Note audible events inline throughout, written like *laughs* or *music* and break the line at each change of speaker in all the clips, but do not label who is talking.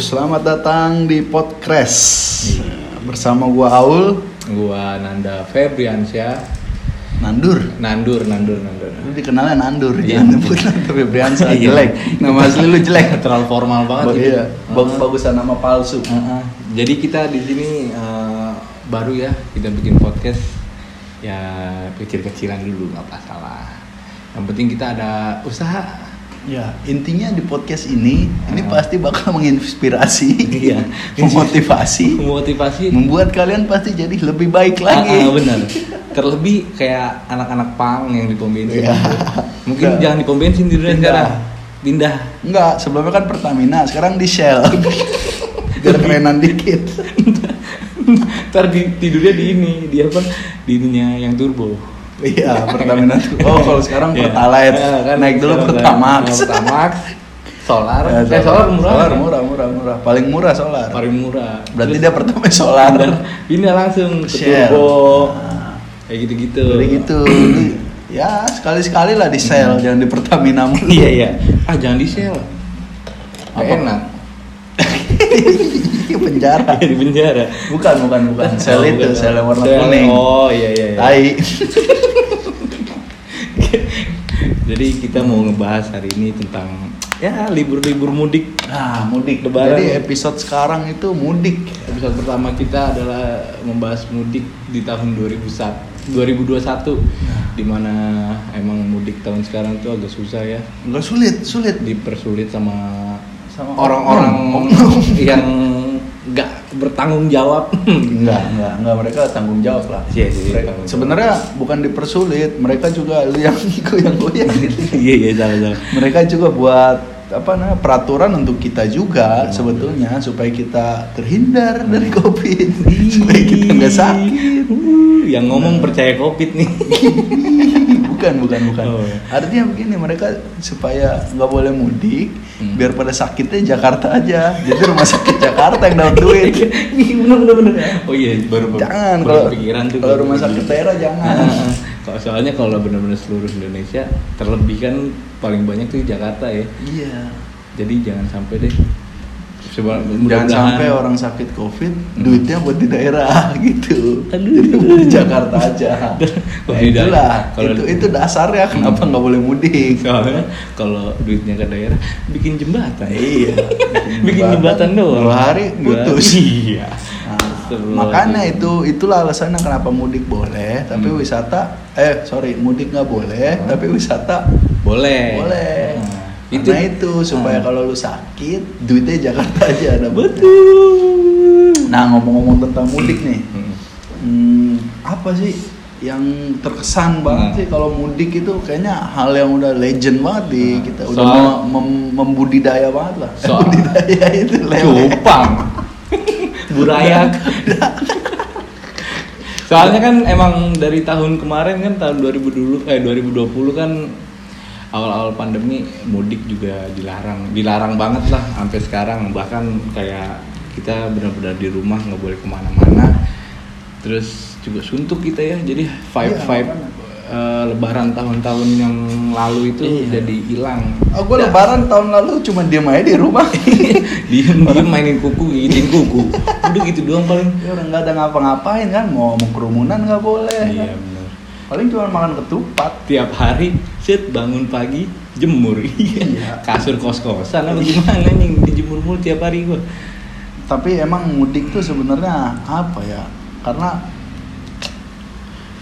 selamat datang di podcast
Iya.
bersama gua Aul,
Gua Nanda Febriansyah.
Nandur.
Nandur, nandur, nandur. nandur.
Lu dikenalnya Nandur,
Iya.
jangan nyebut Nandur Febriansyah
Iya.
jelek. Nama asli lu jelek.
Terlalu formal banget
Ba-
gitu.
iya,
Heeh.
bagus-bagusan nama palsu.
Heeh. Jadi kita di sini eh, baru ya kita bikin podcast ya kecil-kecilan dulu nggak masalah. Yang penting kita ada usaha.
Ya, intinya di podcast ini, ini
Ah.
pasti bakal menginspirasi,
Iya.
memotivasi,
Motivasi
membuat kalian pasti jadi lebih baik lagi.
Ah, ah, benar. Terlebih kayak anak-anak pang yang di pom bensin.
Iya.
Mungkin
Nah.
jangan di pom bensin di
Pindah.
sekarang. Pindah. *laughs*
Enggak, sebelumnya kan Pertamina, sekarang di Shell. Biar kerenan dikit.
Ntar di, tidurnya di ini, di apa? Di ininya yang turbo. *laughs*
Iya, Pertamina tuh. Oh, kalau sekarang
Iya.
Pertalite.
Ah, kan
Naik dulu
sekarang
Pertamax.
naik
*laughs*
Pertamax. Solar.
Ya,
eh, solar murah.
Solar murah, murah, murah. Paling murah solar.
Paling murah.
Berarti
Terus
dia pertama solar.
pindah, pindah langsung ke
Shell.
turbo.
Nah,
Kayak gitu-gitu.
Jadi gitu. ya, sekali-sekali lah di sel, jangan di Pertamina mulu.
*laughs* *laughs* Iya,
*laughs*
iya. Ah, jangan di Shell. Nggak
Apa? *laughs*
enak.
Ih, Iya, penjara.
Iya, di penjara.
Bukan, bukan, bukan. Sel
Oh,
itu,
bukan.
sel yang warna
Sel.
kuning.
Oh iya iya. iya.
Tai.
Jadi kita mau ngebahas hari ini tentang ya libur-libur mudik.
Nah, mudik.
Lebaran.
Jadi episode sekarang itu mudik.
Episode pertama kita adalah membahas mudik di tahun 2001, 2021 dimana emang mudik tahun sekarang tuh agak susah ya
Enggak sulit, sulit.
dipersulit sama
Sama
orang-orang
oknum.
*laughs* yang nggak bertanggung jawab
Enggak, enggak, enggak mereka tanggung jawab lah.
Iya, iya, iya,
Mereka-
tanggung jawab.
Sebenarnya *laughs* bukan dipersulit, mereka juga *laughs* lu yang goyang goyang gitu.
iya iya salah salah
Mereka juga buat apa namanya peraturan untuk kita juga sebetulnya supaya kita terhindar dari covid, supaya kita nggak sakit.
Uh, yang ngomong percaya covid nih
Bukan, bukan, bukan.
Oh.
Artinya begini, mereka supaya nggak boleh mudik,
Hmm.
biar pada sakitnya Jakarta aja. Jadi rumah sakit Jakarta yang dapat
*laughs*
duit.
Ih, bener bener bener. Oh iya baru baru-
Jangan
baru
kalau
kepikiran tuh. gitu.
kalau rumah sakit daerah jangan.
*laughs* Ah, Kalau soalnya kalau bener-bener seluruh Indonesia terlebih kan paling banyak tuh di Jakarta ya.
Iya.
Jadi jangan sampai deh. Coba
Jangan
mudah-mudahan-
sampai orang sakit COVID
Hmm.
duitnya buat di daerah *laughs* gitu.
Aduh.
Jadi buat di Jakarta aja. Nah,
Kalau di
itulah
daerah, kalau-
itu itu dasarnya kenapa nggak boleh mudik.
*laughs* Soalnya kalau duitnya ke daerah bikin jembatan.
Iya.
*laughs* bikin jembatan doang.
Dua hari
Dua-
putus. *laughs*
Iya.
Nah,
Astagfirullah.
makanya itu itulah alasannya kenapa mudik boleh tapi
Hmm.
wisata eh sorry mudik nggak boleh
Hmm.
tapi wisata
boleh.
boleh.
Nah,
Itu, Karena itu supaya
Ah.
kalau lu sakit duitnya Jakarta aja ada
betul.
Nah ngomong-ngomong tentang mudik nih,
Hmm.
Hmm, apa sih yang terkesan banget
Hmm.
sih kalau mudik itu kayaknya hal yang udah legend banget di
Hmm.
kita
Soal-
udah mem- mem- membudidaya banget lah.
Soal-
budidaya itu lele.
Cupang Burayak Soalnya kan emang dari tahun kemarin kan tahun 2020 eh 2020 kan awal-awal pandemi mudik juga dilarang dilarang banget lah sampai sekarang bahkan kayak kita benar-benar di rumah nggak boleh kemana-mana terus juga suntuk kita ya jadi vibe
Iya,
vibe
makanya.
eh, lebaran tahun-tahun yang lalu itu
Iya.
jadi hilang
Oh,
Ya.
gue lebaran tahun lalu cuma diem aja di rumah.
diem diem mainin kuku gigitin kuku *laughs* udah gitu doang paling
Ya, orang nggak ada ngapa-ngapain kan, mau mau kerumunan nggak boleh.
iya
kan.
benar
Paling cuma makan ketupat.
tiap hari set bangun pagi jemur iya *laughs* kasur kos kosan apa gimana nih dijemur mulu tiap hari gua
Tapi emang mudik tuh sebenarnya apa ya? Karena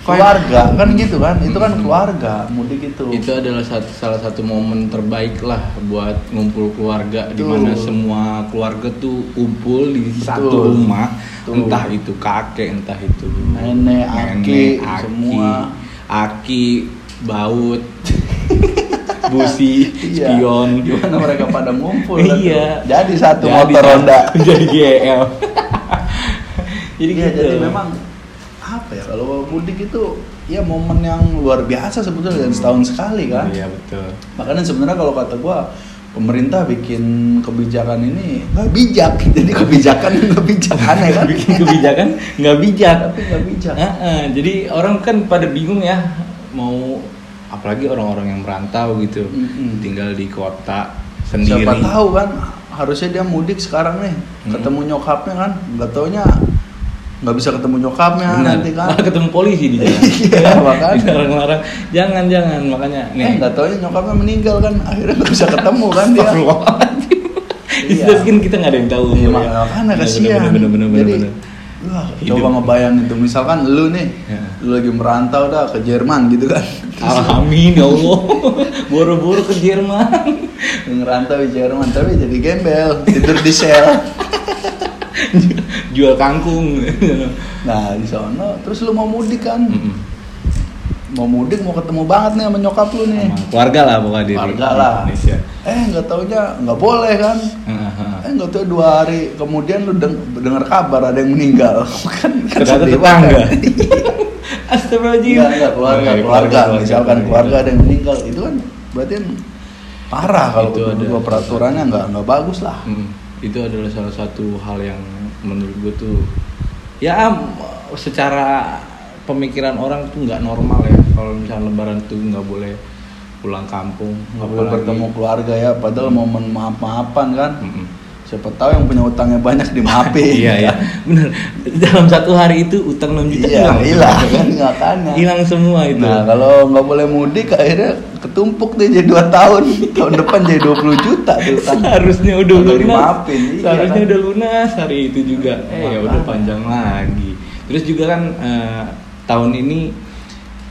keluarga kan gitu kan, itu kan keluarga mudik
Hmm. itu adalah satu, salah satu momen terbaik lah buat ngumpul keluarga di
Betul.
mana semua keluarga tuh kumpul di
Betul.
satu rumah
Betul.
entah itu kakek entah itu
Nenek, aki, semua.
aki baut *laughs* busi
Iya.
spion
gimana mereka pada ngumpul dah tuh.
iya
jadi satu motor
satu-
Honda
*laughs* jadi
*laughs*
GL
jadi
jadi gitu
Iya, jadi memang apa ya kalau mudik itu ya momen yang luar biasa sebetulnya dan setahun sekali kan
iya betul
makanya sebenarnya kalau kata gua pemerintah bikin kebijakan ini nggak bijak *laughs* jadi kebijakan nggak bijak aneh kan
*laughs* bikin kebijakan nggak bijak
tapi nggak bijak
Heeh, jadi orang kan pada bingung ya mau apalagi orang-orang yang merantau gitu
Mm-mm.
tinggal di kota sendiri
siapa tahu kan harusnya dia mudik sekarang nih
Hmm.
ketemu nyokapnya kan nggak taunya nggak bisa ketemu nyokapnya
Benar.
nanti kan
Malah ketemu polisi di jalan.
*laughs* Iya,
*laughs*
makanya.
Dilarang-larang. Jangan, jangan. Makanya nih.
eh nggak taunya nyokapnya meninggal kan akhirnya nggak bisa ketemu kan dia
Astagfirullahaladzim. *laughs*
Iya.
Itu kan kita nggak ada yang tahu.
Iya,
umurnya.
makanya
Bener,
kasihan.
Bener, bener, bener,
Jadi,
bener.
wah,
Hidup.
coba ngebayangin tuh misalkan lu nih,
Ya.
lu lagi merantau dah ke Jerman gitu kan. *laughs*
Amin ya Allah. Boro-boro ke Jerman.
Lu ngerantau di Jerman tapi jadi gembel, tidur di sel.
Jual kangkung.
Nah, di sono terus lu mau mudik kan.
Mm-mm.
Mau mudik mau ketemu banget nih sama nyokap lu nih.
Sama keluarga lah pokoknya di
Warga lah.
*laughs* Indonesia. Nah.
Eh, nggak taunya nggak boleh kan.
Heeh.
Eh, nggak tahu dua hari kemudian lu deng- dengar kabar ada yang meninggal. *laughs* kan kan
Ternyata
sedih
tetangga. *laughs*
banget.
Astagfirullahaladzim.
Enggak, enggak, keluarga,
Oke,
Iya, keluarga, misalkan
iya.
keluarga ada yang meninggal itu kan berarti kan parah kalau
Itu
menurut
ada.
gua peraturannya nggak nggak bagus lah.
Mm, itu adalah salah satu hal yang menurut gue tuh ya m- secara pemikiran orang tuh nggak normal ya kalau misalnya lebaran tuh nggak boleh pulang kampung
Nggak boleh
apalagi-
bertemu keluarga ya, padahal momen maaf-maafan kan.
Mm-mm.
Siapa tahu yang punya utangnya banyak dimaafin.
iya ya bener dalam satu hari itu utang 6 juta
Iya,
hilang
hilang kan nggak tanya.
*laughs* hilang semua itu
Nah, kalau nggak boleh mudik akhirnya ketumpuk deh jadi 2 tahun. *laughs* tahun depan jadi 20 juta tuh
*laughs*
utang.
seharusnya udah
Udah
lunas
dimaafin, iya
seharusnya
kan?
udah lunas hari itu juga eh ya udah
Makanya.
panjang lagi terus juga kan eh, tahun ini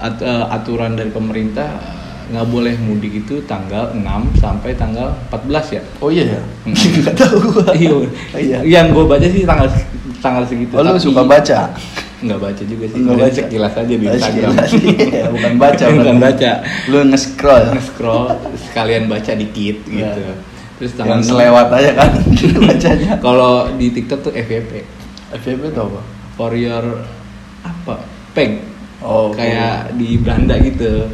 at- eh, aturan dari pemerintah eh, nggak boleh mudik itu tanggal 6 sampai tanggal 14
*laughs*
ya
Oh iya ya.
Mm.
Nggak tahu gua.
iya
Iya.
yang gue baca sih tanggal tanggal
Oh,
segitu
lu
Tapi
suka baca?
nggak baca juga sih
Nggak
Dan
baca.
sekilas aja di
Oh,
Instagram
sekilas. *laughs* Iya, bukan baca,
bukan
berarti.
baca
Lu nge-scroll.
scroll sekalian baca dikit gitu
Iya.
terus tanggal
Yang selewat aja
*laughs*
kan bacanya.
Kalau di TikTok tuh FYP,
FVP itu apa?
for your apa? Peg.
Oh,
Kayak di Belanda gitu.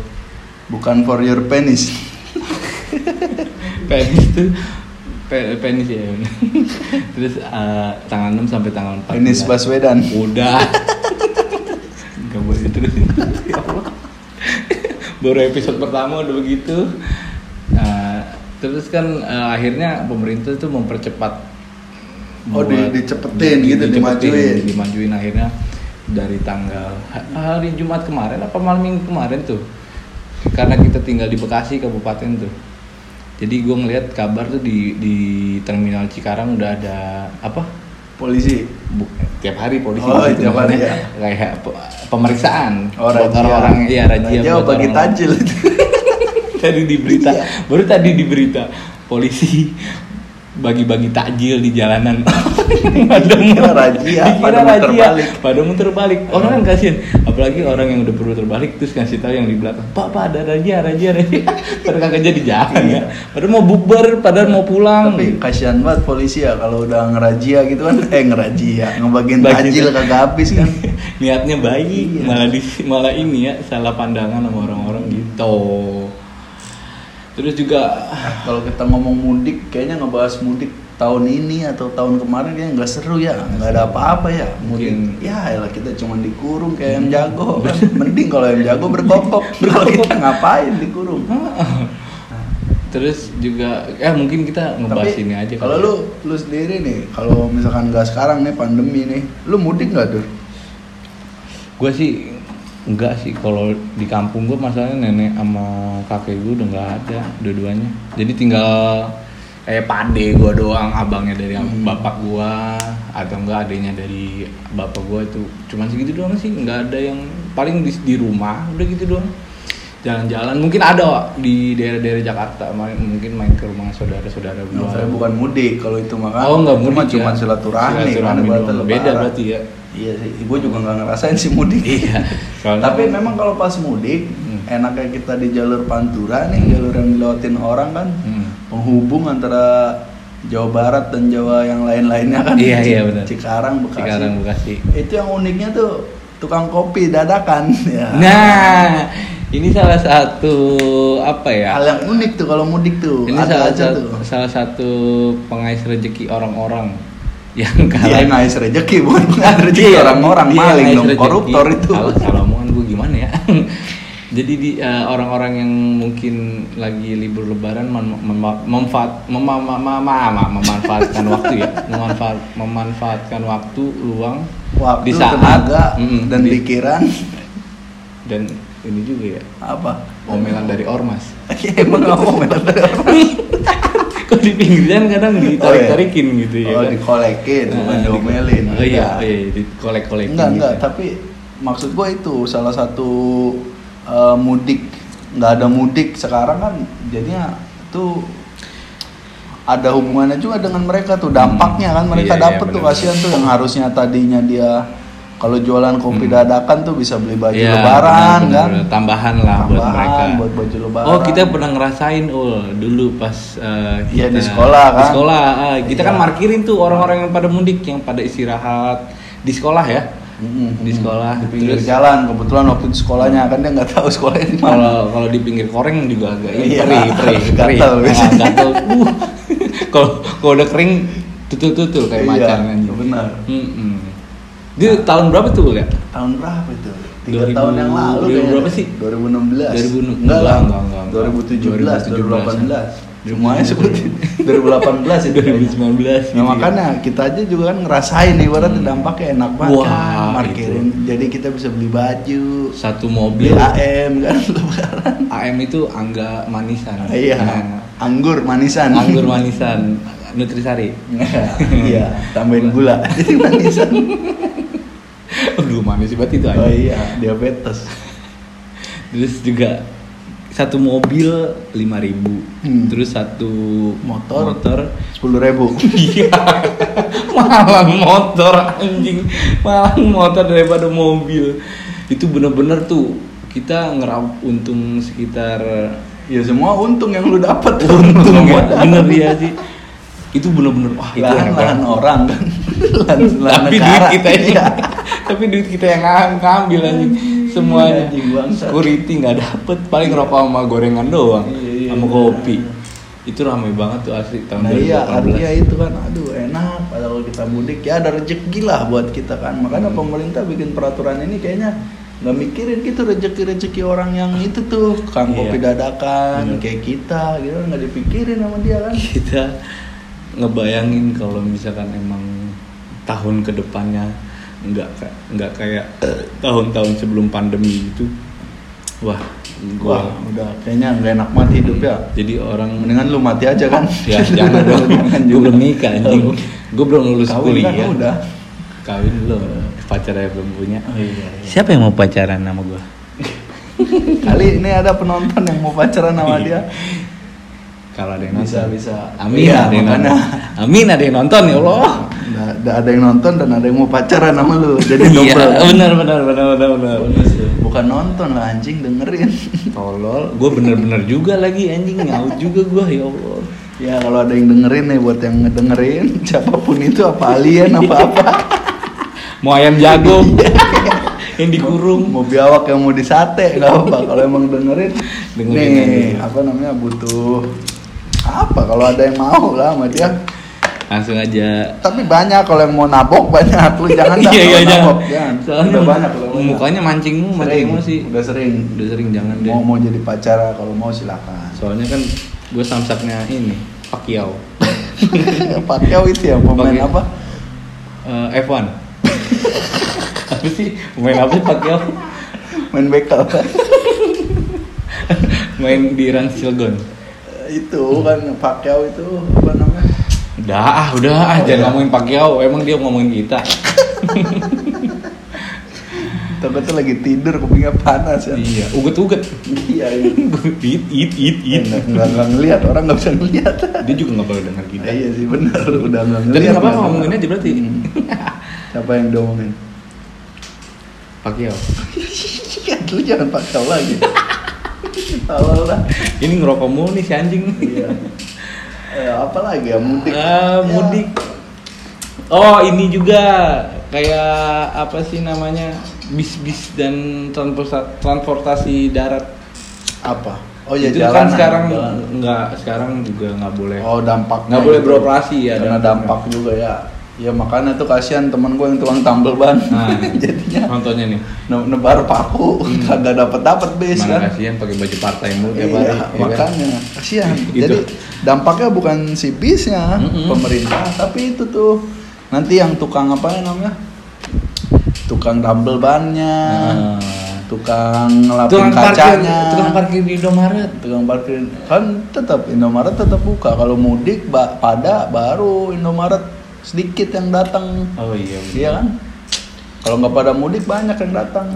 Bukan for your penis.
Penis tuh pe- penis ya. *laughs* Terus eh, tanggal 6 sampai tanggal 14.
Penis Baswedan.
Udah. Gak boleh terus. Ya Allah. Baru episode pertama udah begitu. Eh, terus kan eh, akhirnya pemerintah tuh mempercepat
Oh, di-
buat-
dicepetin
di-
gitu, dimajuin.
dimajuin akhirnya dari tanggal ha- hari Jumat kemarin apa malam minggu kemarin tuh karena kita tinggal di Bekasi kabupaten tuh jadi gue ngeliat kabar tuh di di terminal Cikarang udah ada apa
Polisi.
Bu- tiap hari polisi
Oh,
di situ
tiap hari,
makanya kayak pe- pemeriksaan
Oh,
buat
rajia.
orang-orang iya rajia
Rajia
buat
bagi
orang-orang.
tajil itu.
*laughs* tadi di berita
Iya.
baru tadi di berita polisi bagi-bagi takjil di jalanan
*laughs*
pada
Dikira rajia,
pada
pada muter
muter balik
balik.
pada muter balik orang kan kasihan apalagi orang yang udah perlu terbalik terus ngasih tahu yang di belakang pak pak ada rajia rajia rajia *laughs* padahal kagak jadi jalan ya padahal mau bubar padahal mau pulang
Iya. Tapi kasihan banget polisi ya kalau udah ngerajia gitu kan. Eh ngerajia, ngebagiin
Bagiin.
tajil kagak habis kan.
*laughs* niatnya
Iya.
baik malah di, malah ini ya salah pandangan sama orang-orang gitu terus juga
Kalau kita ngomong mudik, kayaknya ngebahas mudik tahun ini atau tahun kemarin ya nggak seru ya, nggak ada apa-apa ya mudik.
Mungkin- Hmm.
Ya elah kita cuma dikurung kayak yang
*laughs*
jago. kan. Mending kalau yang jago berkokok. Kalau kita ngapain dikurung?
Hmm.
Nah.
terus juga eh mungkin kita ngebahas
Tapi
ini aja
Kalau
kali. ya.
lu lu sendiri nih, kalau misalkan nggak sekarang nih pandemi nih, lu mudik nggak tuh?
gue sih enggak sih kalau di kampung gue masalahnya nenek sama kakek gue udah nggak ada dua-duanya jadi tinggal eh pade gue doang abangnya dari am-
Hmm.
bapak gue atau enggak adiknya dari bapak gue itu cuman segitu doang sih nggak ada yang paling di, di rumah udah gitu doang jalan-jalan mungkin ada di daerah-daerah Jakarta main- mungkin main ke rumah saudara-saudara gue
Saya bukan mudik kalau itu makan.
oh enggak
Cuma
mudik
cuma
ya.
silaturahmi.
Silaturahmi
karena
doang.
batal
beda
lebaran.
berarti ya
Iya sih, gue juga nggak ngerasain sih mudik. *laughs*
Iya. Soalnya-
Tapi memang kalau pas mudik,
Hmm.
enaknya kita di jalur Pantura nih, jalur yang dilewatin orang kan,
Hmm.
penghubung antara Jawa Barat dan Jawa yang lain-lainnya kan.
Iya,
Cik-
iya, benar.
Cikarang, Bekasi.
Cikarang Bekasi
Itu yang uniknya tuh tukang kopi dadakan. *laughs* Ya.
Nah, ini salah satu apa ya?
Hal yang unik tuh kalau mudik tuh.
Ini
ada
salah
aja
satu,
tuh.
salah satu pengais rezeki orang-orang yang
Dia
kalah.
ngais Iya, rejeki bukan ngais rejeki
Iya,
orang-orang
dia
maling
ngais
dong
rezeki.
koruptor itu.
Salah salah omongan gue gimana ya? *laughs* Jadi di eh, orang-orang yang mungkin lagi libur lebaran mem- mem- memfa- mema- ma- ma- ma- ma- memanfaatkan waktu
*laughs*
ya, memanfaat memanfaatkan waktu luang
Waktu,
di saat Hmm.
tenaga,
Mm-mm,
dan
di-
pikiran
dan ini juga ya
apa? Iya.
omelan dari
*laughs*
ormas.
Emang nggak mau omelan dari orang?
Kok di pinggiran kadang ditarik-tarikin *laughs* gitu ya.
iya. Oh,
kan?
dikolekin, bukan
Nah, di-
diomelin.
Oh iya, oh iya, dikolek-kolekin.
Enggak,
gitu.
enggak, tapi maksud gue itu salah satu eh, mudik. Nggak ada mudik sekarang kan jadinya tuh ada hubungannya juga dengan mereka tuh dampaknya kan mereka
Iya, iya,
dapet tuh
benar.
kasihan tuh yang harusnya tadinya dia kalau jualan kopi
Hmm.
dadakan tuh bisa beli baju
Iya,
lebaran
benar-benar.
kan
Tambahan lah buat
Tambahan
mereka.
buat baju lebaran.
Oh, kita pernah ngerasain oh dulu pas eh,
Iya,
kita-
di sekolah,
Di
kan?
sekolah, ah, kita
Iya.
kan markirin tuh orang-orang yang pada mudik, yang pada istirahat di sekolah ya.
Mm-mm.
Di sekolah.
di pinggir
Terus-
jalan kebetulan waktu di sekolahnya kan dia nggak tahu sekolahnya di mana
Kalau kalau di pinggir koreng juga agak ini
Iya,
perih, perih,
*laughs*
perih.
gatel
Ah,
biasanya.
gatel. Uh, Kalau kalau udah kering tutul-tutul kayak
Iya,
macan anjing.
benar.
Mm-mm. Dia tahun berapa tuh ya?
tahun berapa itu? Tiga
2000
tahun yang lalu
dua ribu
kayaknya.
berapa sih?
2016
2016.
Enggak lah,
Enggak, enggak, enggak. ya.
2017, 2018 Semuanya
2019.
sebutin *laughs* 2018 itu kayaknya.
2019
Nah,
gitu ya.
makanya kita aja juga kan ngerasain ibaratnya dampaknya enak banget
Hmm. Wah, gitu.
kan markirin. Jadi kita bisa beli baju,
Satu
beli
mobil
AM kan lebaran.
AM itu angga manisan.
*laughs* Iya.
Nah,
Anggur manisan.
Anggur manisan Nutrisari.
*laughs* Iya, tambahin
*laughs*
gula. Jadi manisan.
Aduh manis banget itu aja.
Oh iya, diabetes.
Terus juga satu mobil 5000.
Hmm.
Terus satu
Motor.
motor
10 ribu.
Iya. malah motor anjing, malah motor daripada mobil. Itu bener-bener tuh kita ngerap untung sekitar
Ya semua untung yang lu dapat.
untung ya, *laughs* bener ya sih. Itu bener-bener wah itu
lahan lahan
enak banget.
orang kan lahan lahan
Tapi duit
negara.
kita
Iya.
ya. Tapi duit kita yang ngam- ngambil anjing semuanya.
Anjing bangsat.
Security nggak dapet paling rokok sama gorengan doang
Iya, iya,
sama
iya.
kopi. Itu ramai banget tuh asli tahun
nah iya
2018.
artinya itu kan aduh enak kalau kita mudik ya ada rezeki lah buat kita kan makanya
Hmm.
pemerintah bikin peraturan ini kayaknya nggak mikirin gitu rezeki rezeki orang yang itu tuh kang
Iya.
kopi dadakan
Bener.
kayak kita gitu nggak dipikirin sama dia kan
kita ngebayangin kalau misalkan emang tahun kedepannya nggak ka- nggak kayak eh, tahun-tahun sebelum pandemi itu wah
wah
gua
udah kayaknya nggak enak banget hidup ya
jadi orang
mendingan lu mati aja kan
*laughs* ya jangan
*laughs*
dong
Jangan
gue
juga.
belum nikah anjing
Kalau
gue belum lulus
kawin
kuliah
kan udah
kawin belum pacarnya belum punya
Oh, iya, iya.
siapa yang mau pacaran sama gue
kali ini ada penonton yang mau pacaran
Iya.
sama dia
kalau ada yang
Bisa,
nonton
bisa.
amin
Iya,
ada yang
makanya.
nonton amin ada yang nonton ya allah
Nah, ada ada yang nonton dan ada yang mau pacaran sama lu. Jadi
iya
double. ya.
benar benar benar benar benar
Bukan nonton lah anjing dengerin. *laughs*
Tolol, gue bener-bener juga lagi anjing nyaut juga gue ya Allah.
Ya kalau ada yang dengerin nih buat yang ngedengerin *laughs* siapapun itu apa alien apa
*laughs*
apa
Mau ayam jago *laughs* yang dikurung.
mau biawak yang mau disate nggak apa kalau emang dengerin,
Dengerin
nih
aja.
apa namanya butuh apa kalau ada yang mau lah sama dia
Langsung aja.
tapi banyak kalau yang mau nabok banyak
*laughs*
lu jangan dah
Iya iya
kalau
jangan.
nabok jangan
Soalnya
udah banyak kalau banyak.
mukanya mancing mu, mancing
sering
mu sih.
udah sering
Udah sering jangan deh.
mau mau jadi pacara kalau mau
*laughs*
silakan *laughs*
Soalnya kan gue samsaknya ini Pacquiao
Pacquiao itu ya pemain
Pacquiao.
apa?
Eh, F1. *laughs* apa sih? Main apa sih Pacquiao?
Main bekel. *laughs*
Main di Rans Cilegon.
itu kan Pacquiao itu apa namanya?
Udah ah, udah
Oh,
ah,
iya.
jangan ngomongin Pacquiao. Emang dia ngomongin kita.
Tapi tuh lagi tidur kupingnya panas ya.
iya, uget-uget. *laughs*
Iya. iya.
it it it it.
Nggak- Nggak nggak ngelihat orang nggak bisa ngelihat.
dia juga nggak boleh dengar kita
Eh, iya sih benar udah nggak
Jadi
ngelihat.
nggak apa-apa,
ya.
ngomongin aja berarti.
Hmm. Siapa yang diomongin? *laughs*
Pacquiao
Iya, lu jangan Pacquiao
*laughs*
lagi. Tolol lah.
ini ngerokok mulu nih si anjing
Iya. *laughs* Eh, apa lagi ya mudik?
Ah, mudik oh ini juga kayak apa sih namanya bis-bis dan transportasi, transportasi darat
Apa? Oh ya
itu
jalanan.
kan sekarang
jalanan.
nggak sekarang juga nggak boleh
Oh dampak
Nggak boleh beroperasi ya,
Karena
dampaknya.
dampak juga ya Ya makanya tuh kasihan teman gue yang tukang tambel ban.
Nah,
*laughs* Jadinya
contohnya nih.
ne- nebar paku kagak dapat dapat base kan.
Mana kasihan pakai baju partai mulu
Iya,
tiap hari. ya kan?
makanya kasihan.
Itu.
Jadi dampaknya bukan si bisnya
Mm-mm.
pemerintah, tapi itu tuh nanti yang tukang apa ya namanya? Tukang tambel bannya,
Nah.
tukang ngelapin
Tukang parkir,
kacanya.
tukang parkir di Indomaret.
tukang parkir kan tetap Indomaret tetap buka kalau mudik ba- pada baru Indomaret sedikit yang datang
Oh iya. bener.
iya kan kalau nggak pada mudik banyak yang
*laughs*
datang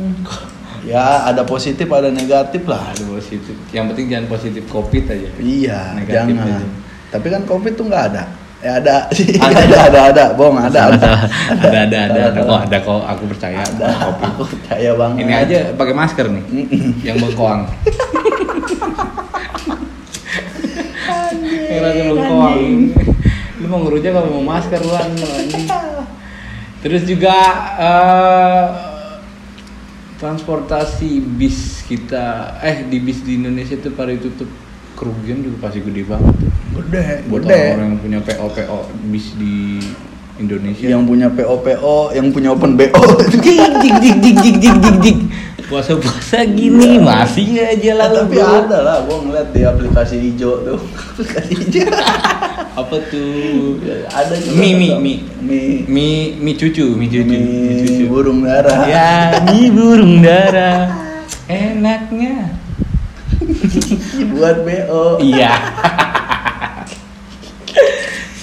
ya ada positif ada negatif lah
Ada positif. Yang penting jangan positif covid aja.
iya
Negatif
jangan
aja.
tapi kan covid tuh nggak ada ya ada sih
Ada.
*laughs* ada ada ada, bohong ada ada
ada ada ada ada kok ada kok aku percaya
ada
Covid.
*laughs* aku percaya banget
ini aja pakai masker nih yang bengkoang yang rasa bengkoang lu mau ngerujak kalau mau masker lu anjing terus juga eh, transportasi bis kita eh di bis di Indonesia tuh pada tutup kerugian juga pasti gede banget
gede
buat
gede
orang yang punya PO PO bis di Indonesia
yang punya PO yang punya open BO
jing jing jing jing jing jing jing jing puasa puasa gini masih aja
Ya,
lalu
Iya. *laughs* tapi ada lah, gue ngeliat di aplikasi hijau tuh *laughs* aplikasi hijau
apa tuh
ada juga
mie mie
tuh.
mie
mie
mie mie cucu mie cucu mie
mie
cucu
burung darah
ya mie burung darah enaknya
*laughs* buat bo
iya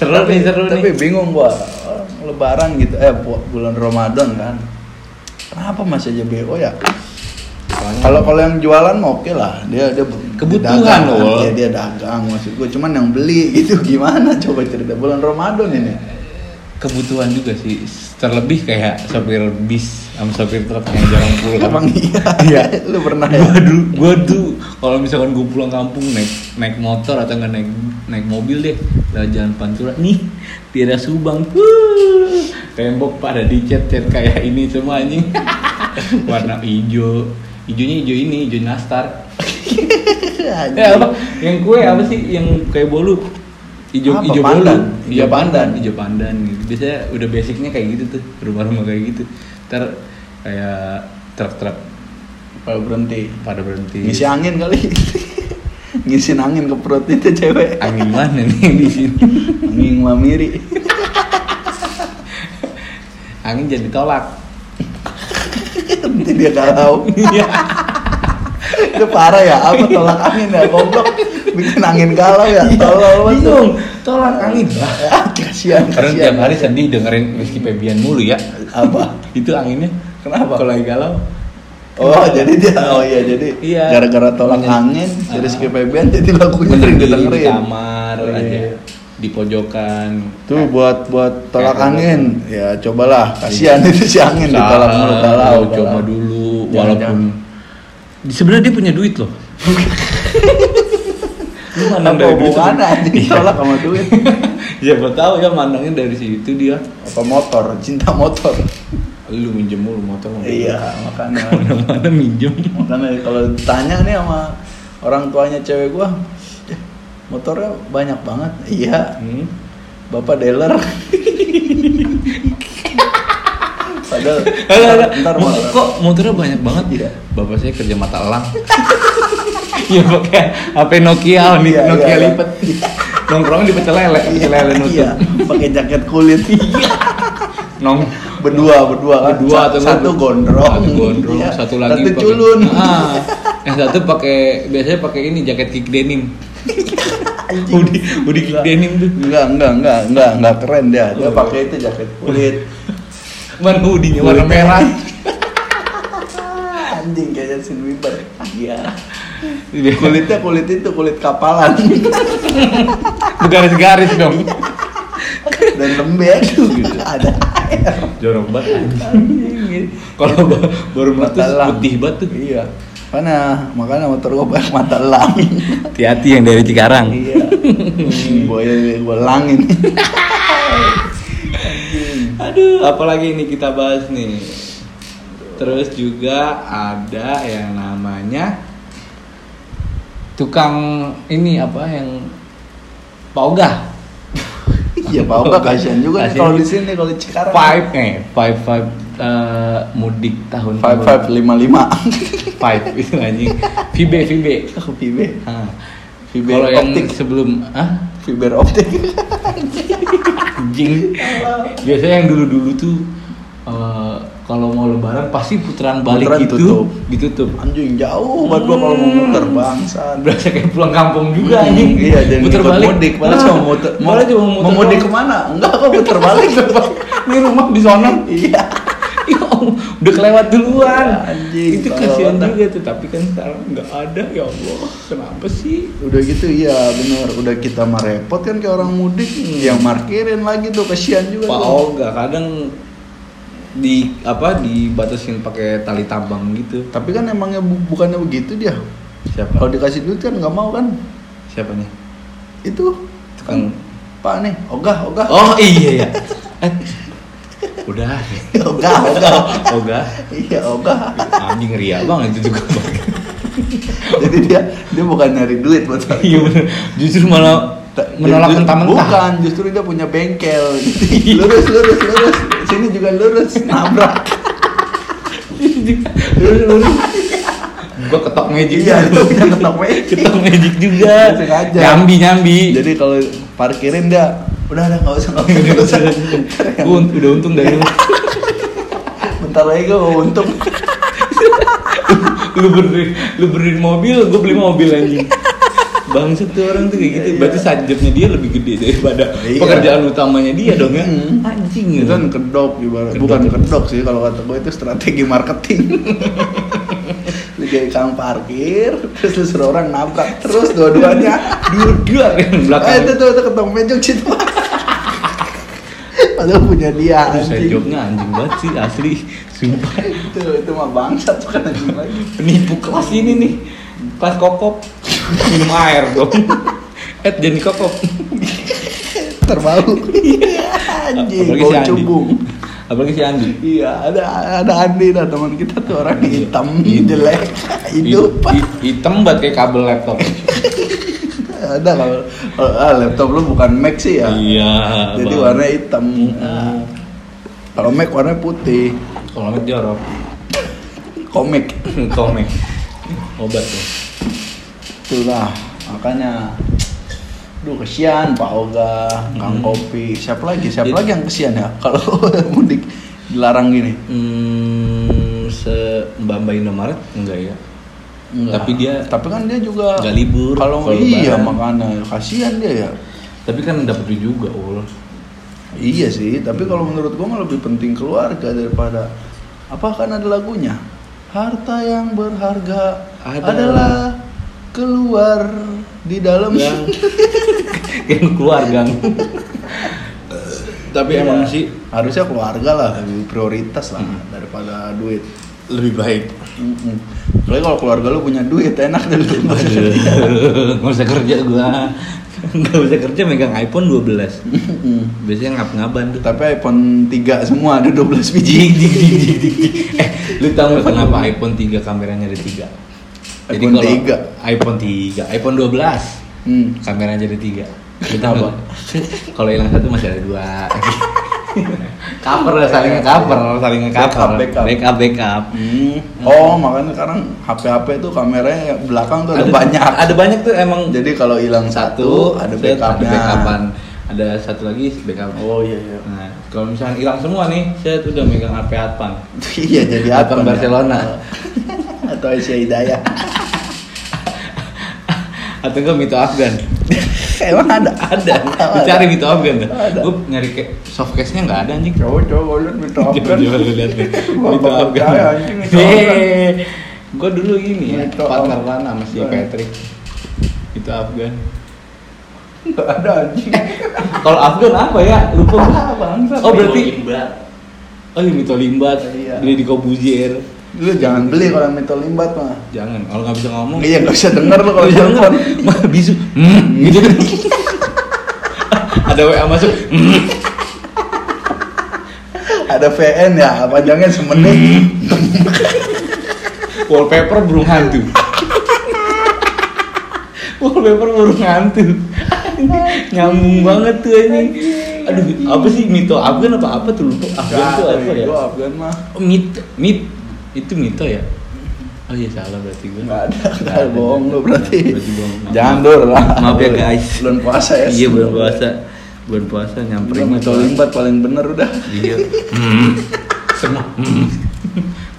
seru
tapi,
nih seru
tapi
nih
bingung gua orang lebaran gitu eh bu- bulan ramadan kan kenapa masih aja bo ya
Soalnya-
kalau kalau yang jualan mah oke lah dia dia dia
Kebutuhan,
dagang, kan.
Wol.
Iya, dia dagang maksud gue cuman yang beli gitu *laughs* gimana coba cerita bulan ramadan ini
kebutuhan juga sih terlebih kayak sopir bis sama sopir truk yang jarang pulang
emang iya
Iya.
*laughs* lu pernah ya
gua dulu gua tuh kalau misalkan gua pulang kampung naik naik motor atau nggak naik naik mobil deh lewat jalan pantura nih tiada subang Wuh, tembok pada dicet cet kayak ini semua anjing *laughs* warna hijau hijaunya hijau ini hijau nastar
Iya,
eh apa yang kue apa sih yang kayak bolu hijau
Apa?
hijau bolu
Pandan.
hijau
Hijau pandan.
pandan hijau pandan gitu. biasanya udah basicnya kayak gitu tuh rumah-rumah kayak gitu ter kayak truk-truk
Apa, berhenti
pada berhenti
ngisi angin kali *laughs* ngisiin angin ke perut itu cewek
angin mana nih di sini
angin mamiri
angin jadi tolak
nanti dia galau
Iya.
itu parah ya apa tolak angin ya goblok bikin angin galau ya tolol banget tuh.
Iya. bingung tolak angin lah
Ah, kasihan
karena
kasihan
tiap hari sedih dengerin Rizky Febian mulu ya
apa
itu anginnya
Kenapa?
kalau lagi galau
oh jadi dia oh iya jadi
Iya.
gara-gara tolak
Iya.
angin
Ah.
dari skipebian jadi lagunya sering
Mending di
didengerin
kamar
Iya.
aja di pojokan
tuh buat buat tolak
Kayak
angin ya cobalah kasihan itu si angin
Salah,
ditolak mulu galau
lu Eh, coba
galau.
dulu
Jangan,
walaupun sebenarnya dia punya duit loh *laughs* lu
Apa
mandang dari duit *laughs*
hubungannya anjing
Iya.
tolak sama duit?
siapa tahu ya mandangnya dari situ dia
Apa motor? Cinta motor.
lu minjem mulu motor sama dia.
Iya, makanya.
mana-mana minjem
makanya kalau ditanya nih sama orang tuanya cewek gua, "Eh, motornya banyak banget. Iya,
hmm.
Bapak
*laughs*
dealer. Padahal
Alah,
ntar
alah.
motor.
eh, kok motornya banyak banget ya?
Iya.
bapak saya kerja mata *laughs* elang ya pakai HP Nokia nih
Iya,
Nokia
iya, iya.
lipet nongkrong di pecel lele pecel lele nutup
Iya, pakai jaket kulit.
*laughs* nong
berdua, berdua kan.
dua atau
satu gondrong.
satu gondrong
Iya,
satu lagi
Satu
pakai-
culun.
*laughs* ah, yang satu pakai biasanya pakai ini jaket kick denim
*laughs* Anjing.
hoodie hoodie kick
Enggak.
denim tuh
Enggak, enggak, enggak, enggak, enggak keren dia. Dia
Oh.
pakai itu jaket kulit. *laughs*
mana hoodie warna
Hoodie.
merah
Anjing kayak Justin Bieber. Iya.
Iya.
Kulitnya *laughs* kulit itu kulit
*laughs*
kapalan
bergaris-garis dong
dan lembek gitu. Ada.
jorok banget kalau ba- baru meletus
elang.
putih banget tuh
Iya. Karena makanya motor gua banyak mata elang.
hati-hati yang dari Cikarang
iya. Gua gua langin.
*laughs* aduh apalagi ini kita bahas nih terus juga ada yang namanya tukang ini apa yang paoga
Iya, Bapak kasihan juga nih
Kasihan.
kalau di sini kalau di Cikarang.
Five eh five five eh, mudik tahun
Five five lima lima. *laughs*
five *laughs* itu anjing. Vibe Vibe.
Fiber,
Ah.
Fiber
Kalau yang
optik.
sebelum ah
fiber optik.
anjing. Biasanya yang dulu-dulu tuh eh, kalau mau lebaran pasti putaran balik
Putaran
itu
tutup.
ditutup. *laughs*
Anjing jauh buat gua kalau mau muter
Hmm.
bangsat.
Berasa kayak pulang kampung juga
Hmm,
anjing.
Iya, jangan
muter
ikut
balik.
mudik, malah
Ah,
cuma muter. Mau,
malah cuma muter.
mau mudik
doang.
kemana? Enggak, kok muter
*laughs*
balik Pak.
Ini rumah di sono.
Iya.
*laughs* Ya Allah, udah kelewat duluan.
Ya, anjing,
itu
kalau
kasihan
otak.
juga tuh, tapi kan sekarang nggak ada ya Allah. Kenapa sih?
Udah gitu iya bener udah kita mah repot kan kayak orang mudik yang markirin lagi tuh kasihan juga.
Pak
tuh.
Olga kadang di apa dibatasin pakai tali tambang gitu.
Tapi kan emangnya bu- bukannya begitu dia. Kalau
Siapa?
dikasih duit kan nggak mau kan?
Siapa nih?
Itu
Tukang.
Pak nih, ogah ogah.
Oh iya ya. Eh, udah.
*laughs* ogah ogah.
Olga.
Iya ogah.
Anjing ria banget itu juga.
*laughs* Jadi dia dia bukan nyari duit buat
Iya bener. Justru malah
Ta-
menolak
justru-
mentah-mentah.
Bukan, justru dia punya
*laughs*
bengkel. lurus, lurus, lurus. Sini juga lurus, nabrak.
Gua ketok magic.
Iya, itu punya ketok magic.
Ketok magic juga.
Nggak sengaja.
Nyambi nyambi.
Jadi kalau parkirin dia, udah ada nggak usah, nggak usah, nggak
*laughs*
usah. Bentar ya.
Gua un- udah untung dari lu.
Bentar lagi gue mau untung.
lu beri lu beri mobil, gua beli mobil anjing. Bangsat tuh orang tuh kayak gitu.
Iya.
Berarti sajamnya dia lebih gede daripada
Iya.
pekerjaan utamanya dia dong ya.
Mm.
Anjing
Itu
ya.
kan kedok ibarat.
Kedok.
Bukan kedok sih kalau kata gue itu strategi marketing. *laughs* lu jadi kang parkir, terus lu suruh orang nabrak terus dua-duanya.
*laughs* dua-dua yang
Ah, itu
belakang.
tuh itu ketok mejok situ. Padahal punya dia
Aduh,
anjing.
sajoknya anjing banget sih asli. Sumpah.
itu itu mah bangsat bukan anjing lagi
penipu kelas ini nih kelas kokop minum air dong *laughs* eh jadi kokop
terbau Iya, anjing bau cubung
apalagi si Andi
iya ada ada Andi dah teman kita tuh orang hitam
Iya.
jelek hidup
Hi- hi- hitam banget kayak kabel laptop
ada kalau kalau- ah, laptop lu bukan Mac sih ya
iya
jadi
Bang.
warnanya hitam
Ah.
kalau Mac warnanya putih
kalau nggak jorok *laughs*
komik
komik obat tuh
itulah makanya Duh kesian Pak Oga, Kang
Hmm.
Kopi, siapa lagi? Siapa
Jadi-
lagi yang kesian ya? *laughs* Kalau mudik dilarang gini.
hmm se mbak mbak Indomaret enggak ya
Enggak.
Tapi dia-
tapi kan dia juga
Nggak libur,
Kalau
kalau
iya
lebaran.
makanya kasihan dia ya.
tapi kan dapat duit juga ul *laughs*
Iya sih, tapi kalau menurut gua mah lebih penting keluarga daripada apa kan ada lagunya. Harta yang berharga
Adalah-
adalah keluar di dalam.
yang yang
*laughs*
keluarga tapi
Iya.
emang sih Hmm.
harusnya keluarga lah lebih prioritas lah daripada duit.
lebih baik
Mm-mm. Soalnya kalau keluarga lu punya duit enak dan lu nggak usah
Aduh,
kerja.
*laughs* nggak usah kerja gua nggak usah kerja megang iPhone 12
Mm-mm.
biasanya ngap-ngaban tuh
Tapi iPhone 3 semua ada 12 biji.
Jing, jing, jing, jing, jing, jing. eh lu tau nggak kenapa iPhone 3 kameranya ada 3
iPhone
kalau
3?
iPhone 3 iPhone 12
Hmm.
kameranya ada 3 lu tau
Kenapa? *laughs*
nggak? kalau hilang satu masih ada dua cover lah, saling nge-cover saling nge-cover
Backup, backup.
backup backup
Hmm. Oh, makanya sekarang HP-HP itu kameranya belakang tuh ada, banyak.
ada banyak tuh emang
Jadi kalau hilang satu, ada
set, ada
backupnya.
backupan ada satu lagi backup
Oh iya iya.
Nah, kalau misalnya hilang semua nih, saya tuh udah megang HP Advan.
iya jadi apa?
Abang Barcelona.
*laughs* Atau Asia Hidayah. *laughs*
Atau enggak Mito Afgan. *laughs*
Emang ada?
Ada.
Ada.
Lu cari Mito Afgan dah.
Ada.
Gue nyari ke soft case-nya enggak ada anjing.
Coba-coba lihat minta
*laughs*
apa?
Coba coba lu lihat nih.
Gua
Mito
nggak
Afgan.
percaya, anjing, Mito
Hehehe. Gue dulu gini ya,
Mito
partner
Afgan. Iya.
lana sama si Patrick. Mito Afgan.
Nggak *laughs* ada *laughs* anjing.
Kalau Afgan apa ya? Lupa gua.
Ah,
Oh, berarti Oh, iya, Mito Limbat.
Iya.
Beli di Kobuzier.
Lu jangan beli kalau minta limbat mah.
Jangan, kalau nggak bisa ngomong.
Iya nggak bisa denger lu kalau telepon.
jangan *laughs* mah bisu hmm, gitu *laughs* kan ada WA masuk hmm.
Ada VN ya, panjangnya semenit.
Hmm. wallpaper burung *laughs* hantu wallpaper burung hantu nyambung banget tuh ini aduh apa sih mito Afgan apa kan apa tuh lupa Afgan tuh apa ya
Gue eh, Afgan mah
oh, mito mit itu mito ya oh iya salah berarti gue
nggak ada. Nggak bohong lu berarti.
berarti bohong
Jangan dur lah.
maaf ya guys
Bulan puasa ya.
iya bulan puasa bulan puasa
Udah
nyamperin
metode limbat paling bener udah.
iya hmm. semua hmm.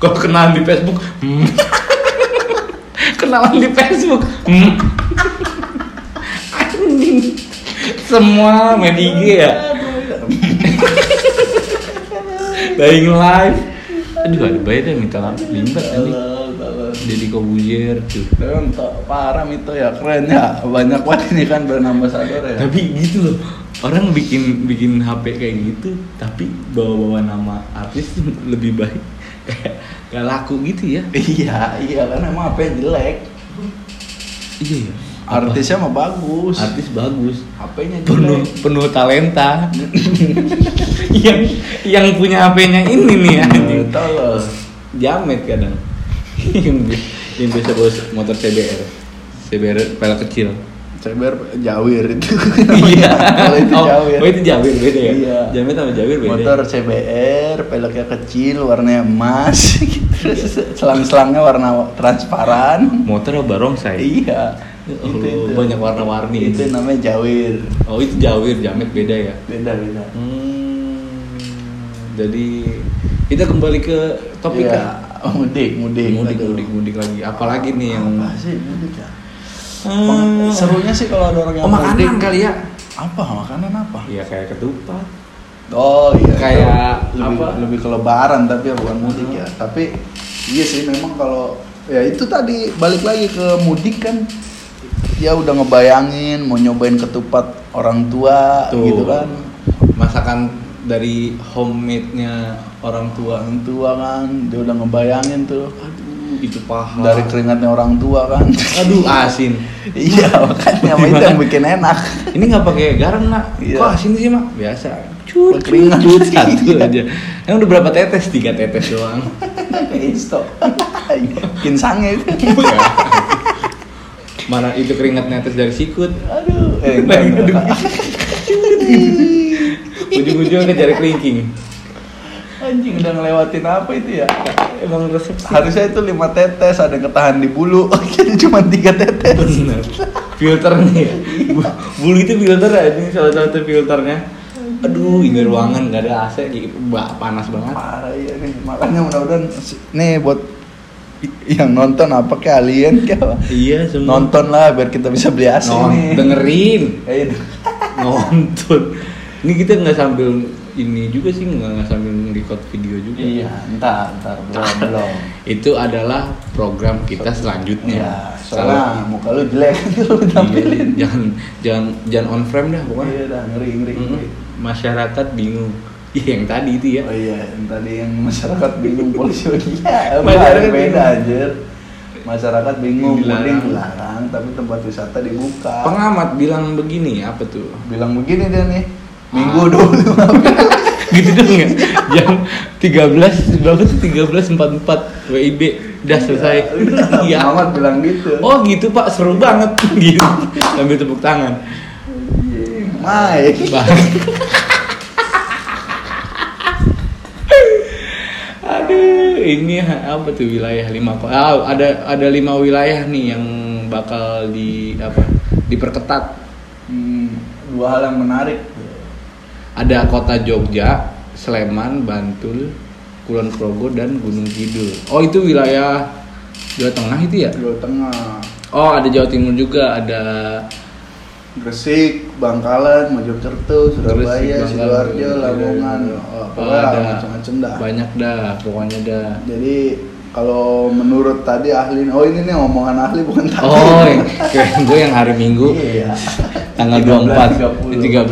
kok kenalan di Facebook hmm. kenalan di Facebook hmm. anjing semua main IG ya dying live aduh ada bayar deh minta lam- limbat ini jadi Kobuzier tuh
Memang parah itu ya keren ya banyak banget ini kan brand ambassador ya.
tapi gitu loh orang bikin bikin HP kayak gitu tapi bawa-bawa nama artis tuh lebih baik kayak gak laku gitu ya
Iya iya kan emang apa jelek.
iya ya Apa?
Artisnya mah bagus.
artis bagus
HP-nya
penuh
jelek.
penuh talenta *laughs* yang yang punya HP-nya ini nih
Hmm. Nah,
anjing
Tolol.
jamet kadang *laughs* yang, bi- yang biasa bawa motor CBR CBR pel kecil
Ceber jawir itu.
iya
Oh, Kalau itu
oh,
jawir.
oh, itu jawir beda ya
Iya.
jamet sama jawir beda ya?
motor CBR peleknya kecil warnanya emas *laughs* gitu. terus selang-selangnya warna transparan
motor apa barongsai
iya
Oh, banyak warna-warni.
itu namanya jawir
oh itu jawir jamet beda ya
beda beda
hmm, jadi kita kembali ke topik
Iya.
Kak.
Oh, mudik mudik
mudik
Aduh.
mudik mudik lagi apalagi nih yang
apa sih mudik ya
Hmm.
serunya sih kalau ada orang yang
Oh, makanan
mudik
kali ya?
apa makanan apa
ya kayak ketupat
Oh iya.
Kayak
Itu lebih,
apa?
lebih ke lebaran tapi ya bukan mudik ya. Tapi iya sih memang kalau ya itu tadi balik lagi ke mudik kan ya udah ngebayangin mau nyobain ketupat orang tua
Tuh.
gitu kan.
masakan dari homemade nya orang tua
Orang tua kan dia udah ngebayangin tuh
aduh itu paha
dari keringatnya orang tua kan.
aduh ah. asin
*laughs* iya makanya sama itu yang bikin enak. *laughs*
ini nggak pakai garam nak
Iya.
kok asin sih mak biasa cut cut
Keringat.
cut, *laughs* satu
Iya.
aja yang udah berapa tetes tiga tetes
*laughs*
doang
Kayak *laughs* Insto. bikin sange itu.
Iya. mana itu keringat netes dari sikut
Aduh. Eh,
Lagi
enggak, enggak.
ujung-ujungnya ke jari kelingking
Anjing udah ngelewatin apa itu ya?
emang resep sih.
Harusnya itu lima tetes, ada yang ketahan di bulu. *laughs* Jadi cuma tiga tetes.
benar filternya ya Bu- bulu itu filter ya ini salah satu filternya aduh ini ruangan nggak ada AC gitu Bah, panas banget
Parah ya nih. Makanya mudah-mudahan nih buat i- yang nonton apa kalian
iya semua
Nonton lah biar kita bisa beli AC
Non-
nih.
dengerin
Ya, itu.
nonton ini kita nggak sambil ini juga sih nggak nggak sambil record video juga ya.
Iya, entar, *laughs* entar belum, belum.
itu adalah program kita selanjutnya
Iya, soalnya muka lu jelek *laughs* lu
Iya,
tampilin.
jangan jangan jangan on frame dah pokoknya
Iya dah, ngeri, ngeri.
Mm-mm. masyarakat bingung Iya, yang tadi itu ya
Oh iya, yang tadi yang masyarakat bingung polisi *laughs* lagi. Ya,
Masyarakat
masyarakat beda
bingung.
anjir. Masyarakat bingung,
Dilarang.
mending dilarang, tapi tempat wisata dibuka.
pengamat bilang begini apa tuh
Bilang begini dia nih,
Ah.
minggu dulu.
*laughs* gitu dong ya jam 13 berapa tuh 13.44 WIB udah selesai
*laughs* Iya,
iya
Muhammad bilang gitu.
oh gitu pak seru *laughs* banget gitu sambil tepuk tangan
Iya, Mai.
*laughs* Bang. aduh ini ha- apa tuh wilayah lima ko- ah, ada ada lima wilayah nih yang bakal di apa diperketat
Hmm, dua hal yang menarik.
ada kota Jogja, Sleman, Bantul, Kulon Progo dan Gunung Kidul. Oh itu wilayah Jawa Tengah itu ya?
Jawa Tengah,
Oh ada Jawa Timur juga, ada
Gresik, Bangkalan, Mojokerto, Surabaya,
Gresik, Bangkalan, iya,
Sidoarjo,
Surabaya.
Lamongan, oh, pokoknya macam-macam dah.
Banyak dah, pokoknya dah.
Jadi kalau menurut tadi ahli, oh ini nih omongan ahli bukan tadi.
Oh, *laughs* yang, gue yang hari Minggu
iya.
tanggal 24,
13.30.
13.44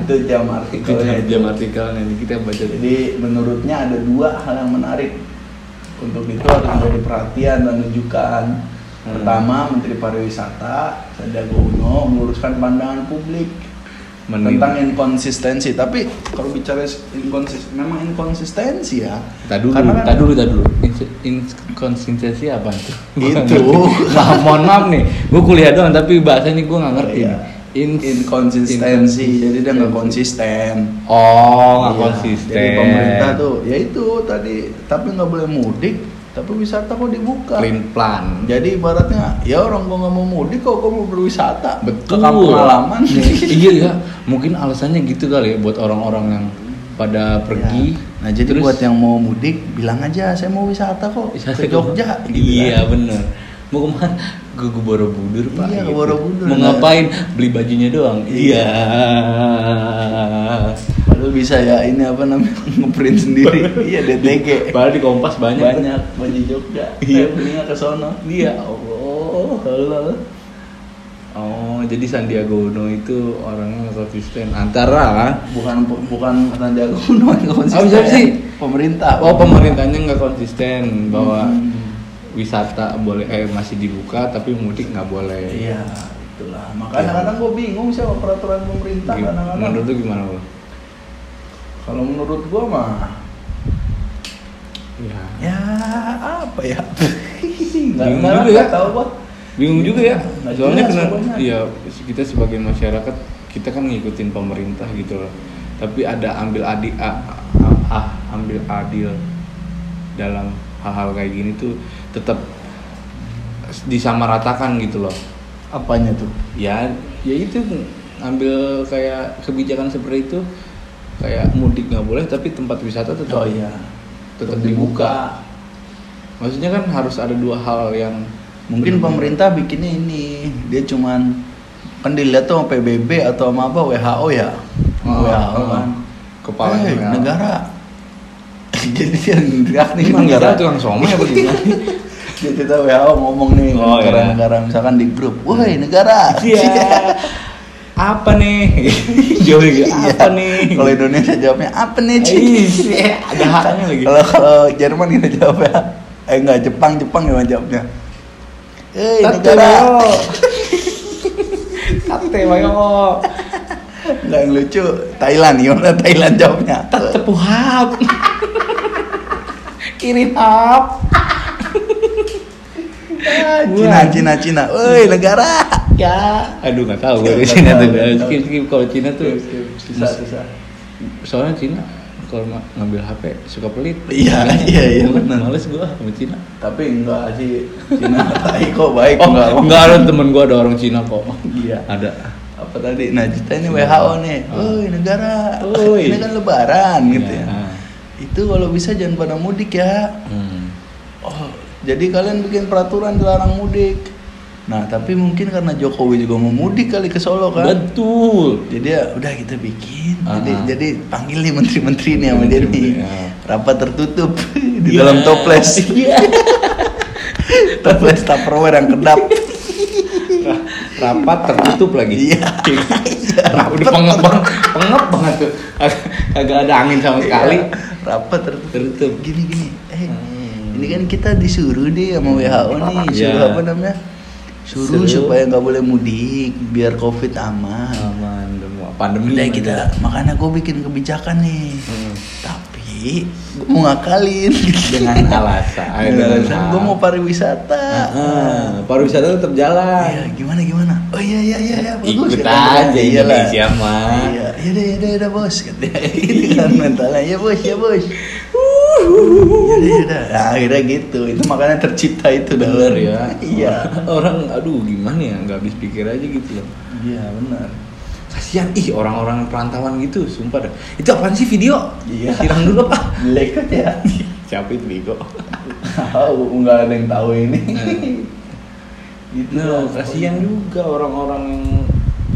Itu jam
itu
artikelnya.
jam, jam artikel nanti kita baca deh.
Jadi menurutnya ada dua hal yang menarik. Untuk itu harus menjadi perhatian dan rujukan.
Hmm.
Pertama, Menteri Pariwisata Sandiaga Uno meluruskan pandangan publik
Menit.
tentang inkonsistensi. Tapi kalau bicara inkonsistensi, memang inkonsistensi ya.
Tak dulu,
Karena kan- Gitu.
tak dulu, tak dulu. Ins- Inkonsistensi apa tuh?
Itu.
*laughs* Nah, mohon maaf nih, gue kuliah doang tapi bahasanya gue nggak ngerti.
Iya.
nih. In-
inkonsistensi jadi dia nggak konsisten
Oh, nggak
Iya,
konsisten.
jadi pemerintah tuh ya itu tadi tapi nggak boleh mudik tapi wisata kok dibuka
Pelin-pelan.
jadi ibaratnya ya orang gua nggak mau mudik kok gua mau berwisata
Betul.
ke kampung halaman *laughs*
iya ya, mungkin alasannya gitu kali ya buat orang-orang yang pada pergi.
Ya. nah jadi
terus-
buat yang mau mudik bilang aja saya mau wisata kok ke Jogja gitu
iya
kan.
bener. Mau kemana? Gue ke Borobudur pak.
Iya, ke
gitu.
Borobudur.
Mau ngapain? Beli bajunya doang.
Iya.
Iya.
padahal bisa ya ini apa namanya *laughs* ngeprint sendiri iya DTG
*laughs* Padahal di Kompas banyak.
banyak baju Jogja
Iya.
iya belinya ke sono
Iya, Allah.
Halo.
Oh, jadi Sandiaga Uno itu orangnya nggak konsisten antara
bukan bukan *laughs* Sandiaga Uno yang nggak konsisten.
Apa siapa sih?
pemerintah
oh pemerintahnya nggak konsisten bahwa
Hmm.
wisata boleh eh masih dibuka tapi mudik nggak boleh.
iya itulah makanya kadang gue bingung sih sama peraturan pemerintah
Gim-
kadang-kadang
Iya. Menurut lu gimana lu?
kalau menurut gue mah
Ya.
ya apa *laughs* ya nggak
Bingung
nggak
juga ya.
nggak tahu gua Iya,
Bingung juga ya.
Nggak
Soalnya
jelas
kena,
pokoknya.
iya kita sebagai masyarakat kita kan ngikutin pemerintah gitu loh. Tapi ada ambil adi ah, ah, ah, ambil adil dalam hal-hal kayak gini tuh tetap disamaratakan gitu loh.
apanya tuh
ya ya itu ambil kayak kebijakan seperti itu kayak mudik nggak boleh tapi tempat wisata tetap
oh iya
tetap dibuka maksudnya kan harus ada dua hal yang
mungkin pemerintah bikinnya ini dia cuman kan dilihat tuh sama PBB atau sama apa WHO ya
Oh,
WHO
oh.
kan
Kepalanya
Eh,
WHO.
negara *laughs* jadi dia gerak nih
ini emang kita tukang somai apa gimana
*laughs* dia cerita WHO ngomong nih
Oh, iya.
negara-negara misalkan di grup woi negara *laughs*
iya apa *laughs* nih jawab gitu apa nih
kalau Indonesia jawabnya apa nih Ci?"
Ih, ada haknya Iya, lagi
kalau kalau Jerman kita jawabnya eh enggak Jepang Jepang yang jawabnya eh
Tate
negara
wayo. *laughs* Tate wayo.
enggak yang lucu Thailand gimana Thailand jawabnya
Tepuhap. *laughs* Kiri hap.
Eh, Cina Cina Cina woi negara
Ya, aduh nggak tahu gue
Nggak
Cina tuh.
tahu, nggak tahu.
Skip skip kalau Cina tuh.
susah susah
Soalnya Cina kalau ma- ngambil HP suka pelit.
Iya, iya, iya,
Gua
benar.
Males gue sama Cina.
tapi enggak sih *laughs* Cina baik kok baik Eh,
Oh,
enggak
enggak, enggak ada temen gue ada orang Cina kok.
Iya.
Ada.
apa tadi nah kita ini WHO nih
Oh.
woi negara
Woi.
ini kan lebaran gitu
Iya.
ya itu kalau bisa jangan pada mudik ya
Hmm.
oh jadi kalian bikin peraturan dilarang mudik nah tapi mungkin karena Jokowi juga mau mudik kali ke Solo kan
Betul.
jadi ya udah kita bikin jadi
Ah.
jadi panggil nih menteri-menteri nih sama dia
Menteri-menteri,
nih
ah.
rapat tertutup *laughs* di
Iya.
dalam toples
*laughs* Iya.
*laughs* toples Tupperware yang kedap
rapat tertutup lagi. *laughs*
Iya.
Udah pengep banget, pengep banget tuh. Ag- Agak ada angin sama *laughs* sekali.
Iya, rapat tertutup
Tertutup.
gini gini eh
Hmm.
ini kan kita disuruh deh sama WHO nih suruh
Iya.
apa namanya suruh,
Suruh.
supaya nggak boleh mudik biar covid aman
Aman, demo- pandemi.
udah
lagi.
kita makanya gue bikin kebijakan nih
gitu. Hmm.
tapi gue mau ngakalin
dengan
*laughs*
alasan.
dengan gue mau pariwisata
Ah, pariwisata tetap jalan.
Iya, gimana gimana? Oh iya iya iya iya,
Ikut
kata
aja
dia.
Indonesia mah.
Iya, iya deh iya deh iya deh, bos katanya. *laughs* Gitu kan mentalnya, ya bos ya bos. Iya deh iya deh. Nah, akhirnya gitu. Itu makanya tercipta itu
Bener
Don.
ya.
Iya.
*laughs* Orang aduh gimana ya nggak habis pikir aja gitu loh.
Iya benar.
Kasihan ih orang-orang perantauan gitu, sumpah dah. Itu apaan sih video?
Iya.
Siram dulu apa?
Leket ya.
Capit bego.
Tahu nggak ada yang tahu ini.
Hmm.
*laughs* Gitu
Nah,
lah,
kasihan
pokoknya.
juga orang-orang yang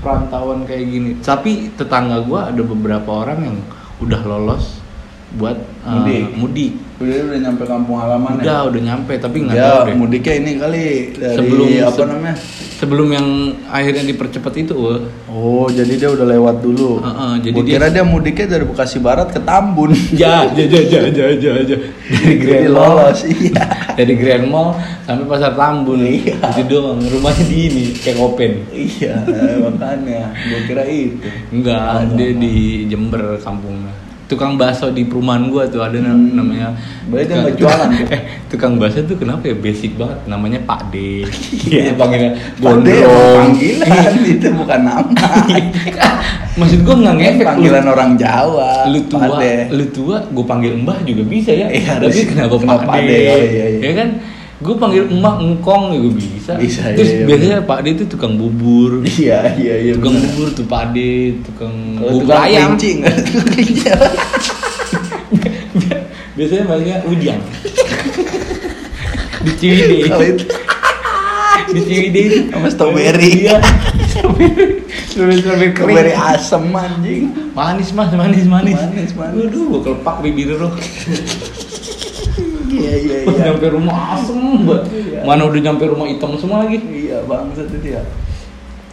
perantauan kayak gini. Tapi tetangga gua ada beberapa orang yang udah lolos buat eh,
Mudik.
mudik.
Udah udah nyampe kampung halaman ya.
Udah, udah nyampe tapi nggak
Ya,
tahu deh.
mudiknya ini kali dari
Sebelum-
apa
se-
namanya?
Sebelum yang akhirnya dipercepat itu, Ul.
Oh, jadi dia udah lewat dulu.
Heeh, jadi
Gua
dia-
kira dia mudiknya dari Bekasi Barat ke Tambun.
*laughs* ya, ya, ya, ya, ya, ya, ya. Dari Grand
Jadi
Mall,
lolos.
*laughs*
Iya.
dari Grand Mall sampai Pasar Tambun.
Iya.
Itu doang. Rumahnya di ini, Kekopen.
iya, makanya gua kira itu.
Enggak,
Oh,
dia
enggak.
di Jember kampungnya. tukang bakso di perumahan gua tuh ada na-
Hmm.
namanya
Berarti dia
tukang-
nggak jualan, tuh?
*laughs* eh tukang bakso tuh kenapa ya basic banget namanya Pak
Iya.
D iya panggilnya
Gondrong.
gondrong *laughs*
panggilan itu bukan nama.
Eh, maksud gua nggak ngefek lu.
panggilan orang Jawa.
lu tua
Pade.
lu tua gue panggil mbah juga bisa ya
Iya,
tapi
harus.
kenapa
Kenapa
pak
Ade?
de
Oh, iya, iya.
ya kan gue panggil emak engkong ya gue bisa
Bisa,
terus
iya, iya,
biasanya pak de itu tukang bubur
Iya, iya, iya.
tukang
bener.
bubur tuh pak de tukang
Kalau
bubur
tukang
ayam
kelinci, Iya. nggak ada tukang kelinci.
*laughs* biasanya manggilnya *laughs* ujang di Ciwidey
Kalau itu
di Ciwidey
Sama strawberry.
iya
*laughs*
strawberry strawberry strawberry kering.
keberi asem anjing.
manis mas manis manis
Manis, manis.
waduh gue kelepak bibir lu
Iya, iya,
Pas
iya.
nyampe rumah asem banget.
Iya.
Mana udah nyampe rumah hitam semua lagi.
Iya, bangsat itu ya.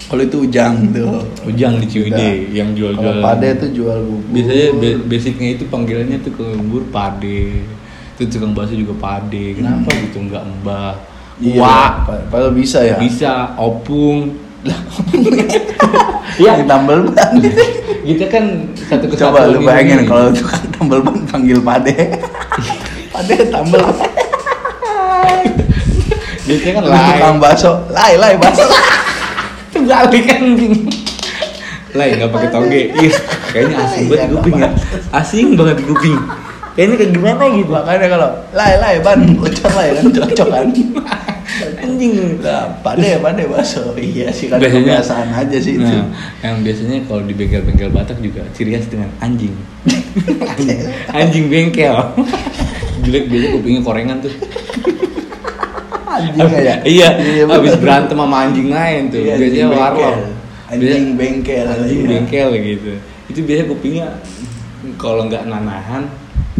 Kalau itu ujang tuh.
Ujang Oh, di
Udah.
Ciwidey
Iya. Kalau
yang jual-jual.
pade tuh jual bubur.
Biasanya ba- basicnya itu panggilannya tuh kebur pade. Itu tukang bakso juga pade. Kenapa gitu nggak mbah?
Hmm. Iya,
Wak.
pa- padahal bisa ya.
Bisa opung. Lah,
*laughs* Iya,
*laughs*
tambal ban.
kita kan satu kesatuan.
Coba lu
ini.
bayangin kalau tukang tambal ban panggil
*laughs*
pade. pade tambal ban.
biasanya kan
Lu
lain.
tukang bakso, lai lai bakso.
Itu balik kan Lah nggak pakai toge. Iya, kayaknya
Iya,
asing banget
nggak
kuping ya. Asing banget kuping. Kayaknya kayak gimana gitu.
Makanya kalau lai lai ban bocor
*laughs*
lai kan cocok kan.
Anjing.
Lah, pade pade bakso. Iya sih kan
Biasanya-
kebiasaan aja sih itu.
Nah, yang biasanya kalau di bengkel-bengkel Batak juga ciri khas dengan
*laughs*
anjing. anjing. Anjing bengkel. Jelek biasanya kupingnya korengan tuh.
Anjing kayak.
iya, habis
betul.
berantem sama anjing lain tuh.
Iya,
biasanya
anjing bengkel.
Gitu. warlock.
Anjing
Biasanya-
bengkel.
Anjing
iya.
bengkel gitu. Itu biasanya kupingnya kalau nggak nanahan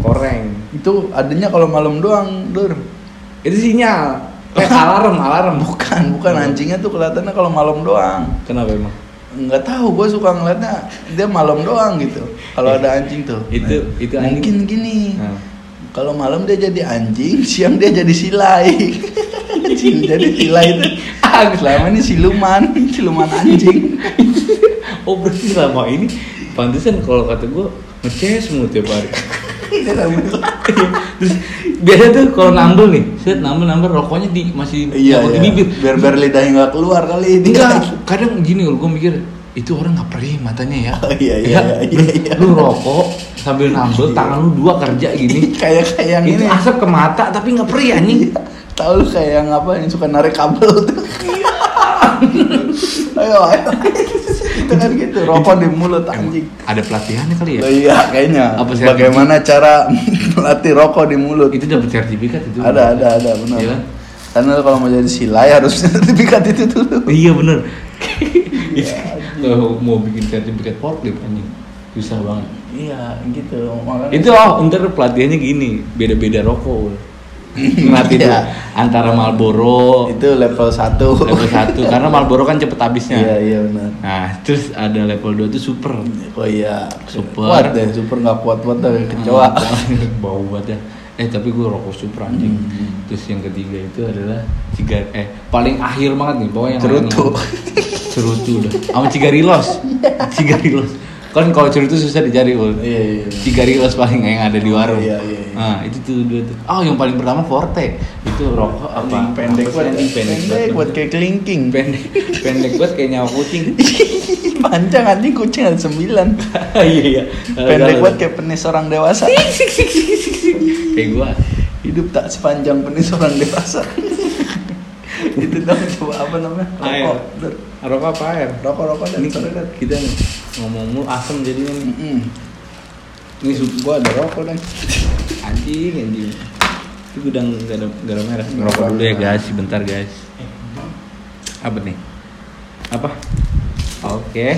koreng.
Itu adanya kalau malam doang, Dur. *laughs*
Itu sinyal. *laughs* Eh, alarm, alarm.
Bukan, bukan anjingnya tuh kelihatannya kalau malam doang.
Kenapa emang?
nggak tahu gue suka ngeliatnya dia malam doang gitu kalau ada anjing tuh
Itu-
Nah,
itu anjing.
mungkin gini
Nah.
kalau malam dia jadi anjing *laughs* siang dia jadi silai *laughs* Anjing jadi silai itu
Ah,
selama ini siluman *laughs* siluman anjing
Oh berarti selama ini pantesan kalau kata gue ngeces mulu tiap
*laughs*
hari.
Dia
Iya,
rambut-
Terus biasanya tuh kalau nambel nih, set nambel nambel rokoknya di masih
iya
nyangkut
iya
di bibir.
biar biar lidahnya nggak keluar kali ini
Enggak,
*laughs*
kadang gini loh gue mikir itu orang nggak perih matanya ya.
Oh, iya, iya,
Ya,
iya, iya.
Lu rokok sambil nambel tangan lu dua kerja gini.
kayak kayak Iya, yang ini
itu
Iya,
asap ke mata tapi nggak perih anjing.
tahu lu kayak yang apa yang suka narik kabel tuh ayo ayo itu kan gitu rokok di mulut anjing
Ada pelatihannya kali ya.
Oh iya kayaknya.
Apa sih
Bagaimana cara melatih rokok di mulut?
Itu dapat sertifikat itu.
Ada ada ada benar.
Iya kan?
Karena kalau mau jadi silai harus *laughs* sertifikat itu dulu.
Iya bener Kalau Iya. mau bikin sertifikat forklift anjing Susah banget
Iya gitu. Makanya
Itu oh ntar pelatihannya gini Beda-beda rokok Ngelatih tuh
Iya.
Antara Marlboro
itu level 1.
Level 1 Karena Marlboro kan cepet habisnya
Iya iya benar.
Nah terus ada level 2 tuh super
Oh iya.
Super.
Kuat deh, super nggak kuat-kuat deh kecoa.
*laughs* Bau banget ya Eh tapi gue rokok super anjing
Hmm.
Terus yang ketiga itu adalah cigar Eh paling akhir banget nih Pokoknya yang
Cerutu.
lain-lain. Cerutu udah Sama
*laughs*
cigarilos Cigarilos Kan kalau cerutu susah dicari Ul
Iya iya.
Cigarilos paling yang ada di warung.
Iya, iya, iya.
Nah, itu tuh dua tuh. Oh, yang paling pertama Forte. Itu rokok apa?
Anjing pendek
apa sih,
buat
anjing pendek,
pendek buat
kayak
kayak kelingking.
pendek *laughs* pendek buat kayak nyawa
*laughs*
kucing.
Panjang anjing kucing ada
*laughs*
9.
Iya iya.
Pendek buat kayak penis orang dewasa.
kayak gua.
hidup tak sepanjang penis orang dewasa *laughs* itu dong coba apa namanya
Air.
rokok Dur.
Rokok apa air?
rokok rokok dan
Ini
sore
kita, kita ngomong mulu asem jadinya nih. Ini sup
gua ada rokok dan
*laughs* anjing anjing. Itu gudang garam garam merah. Ngerokok dulu ya guys, bentar guys. Apa nih? Apa? Oke.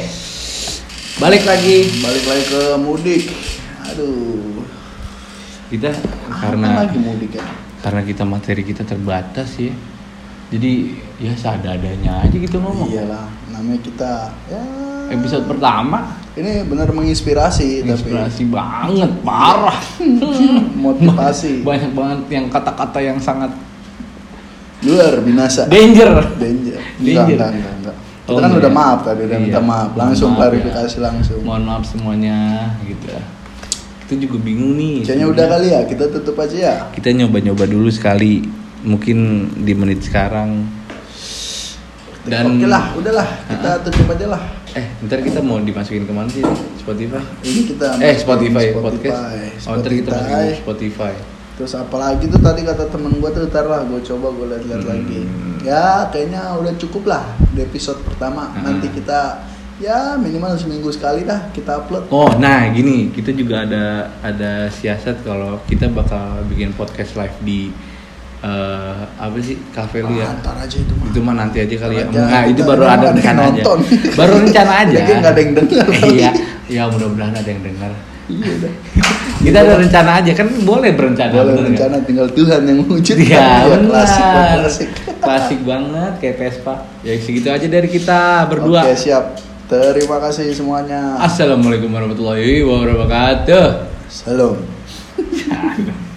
Balik lagi.
balik lagi ke mudik aduh
kita
Apa
karena
lagi mudik ya
karena kita materi kita terbatas ya jadi ya seadanya aja gitu ngomong
iyalah namanya kita ya
episode pertama
ini benar menginspirasi,
inspirasi banget parah
tapi *laughs* motivasi
banyak banget yang kata-kata yang sangat
luar binasa
danger
danger
Danger.
enggak enggak enggak, enggak. kita
Oh,
kan
enggak
udah
ya?
maaf tadi udah
Iya.
minta maaf langsung
Maaf ya.
klarifikasi langsung
mohon maaf semuanya gitu kita juga bingung nih
Kayaknya udah kali ya, kita tutup aja ya.
kita nyoba-nyoba dulu sekali mungkin di menit sekarang dan
Oke lah, udahlah, kita tutup aja lah.
eh ntar kita mau dimasukin kemana sih Spotify
Ini kita
eh
masukin
Spotify, podcast oh ntar kita masukin
Spotify.
Spotify
Terus apalagi tuh tadi kata temen gue tuh ntar lah gue coba gue lihat-lihat
Hmm.
lagi. Ya kayaknya udah cukup lah di episode pertama.
Hmm.
Nanti kita ya minimal seminggu sekali dah kita upload.
oh nah gini kita juga ada ada siasat kalau kita bakal bikin podcast live di eh, apa sih Cafe
Ah,
Lia
ntar aja itu mah.
itu mah nanti aja kali ya
Aja,
nah itu
kita
baru
emang
ada
ada yang
rencana aja
nonton.
baru
*laughs*
rencana aja
Lagi nggak ada yang dengar kali.
*laughs* iya ya mudah-mudahan ada yang dengar
Iya
*laughs*
dah.
kita ada rencana aja kan boleh berencana
Boleh
bener nggak?
rencana tinggal Tuhan yang mewujudkan.
Iya
*laughs* Iya,
benar.
klasik,
Klasik,
klasik.
banget kayak Vespa. Ya segitu aja dari kita berdua.
Oke siap. Terima kasih semuanya.
Assalamualaikum warahmatullahi wabarakatuh.
Salam.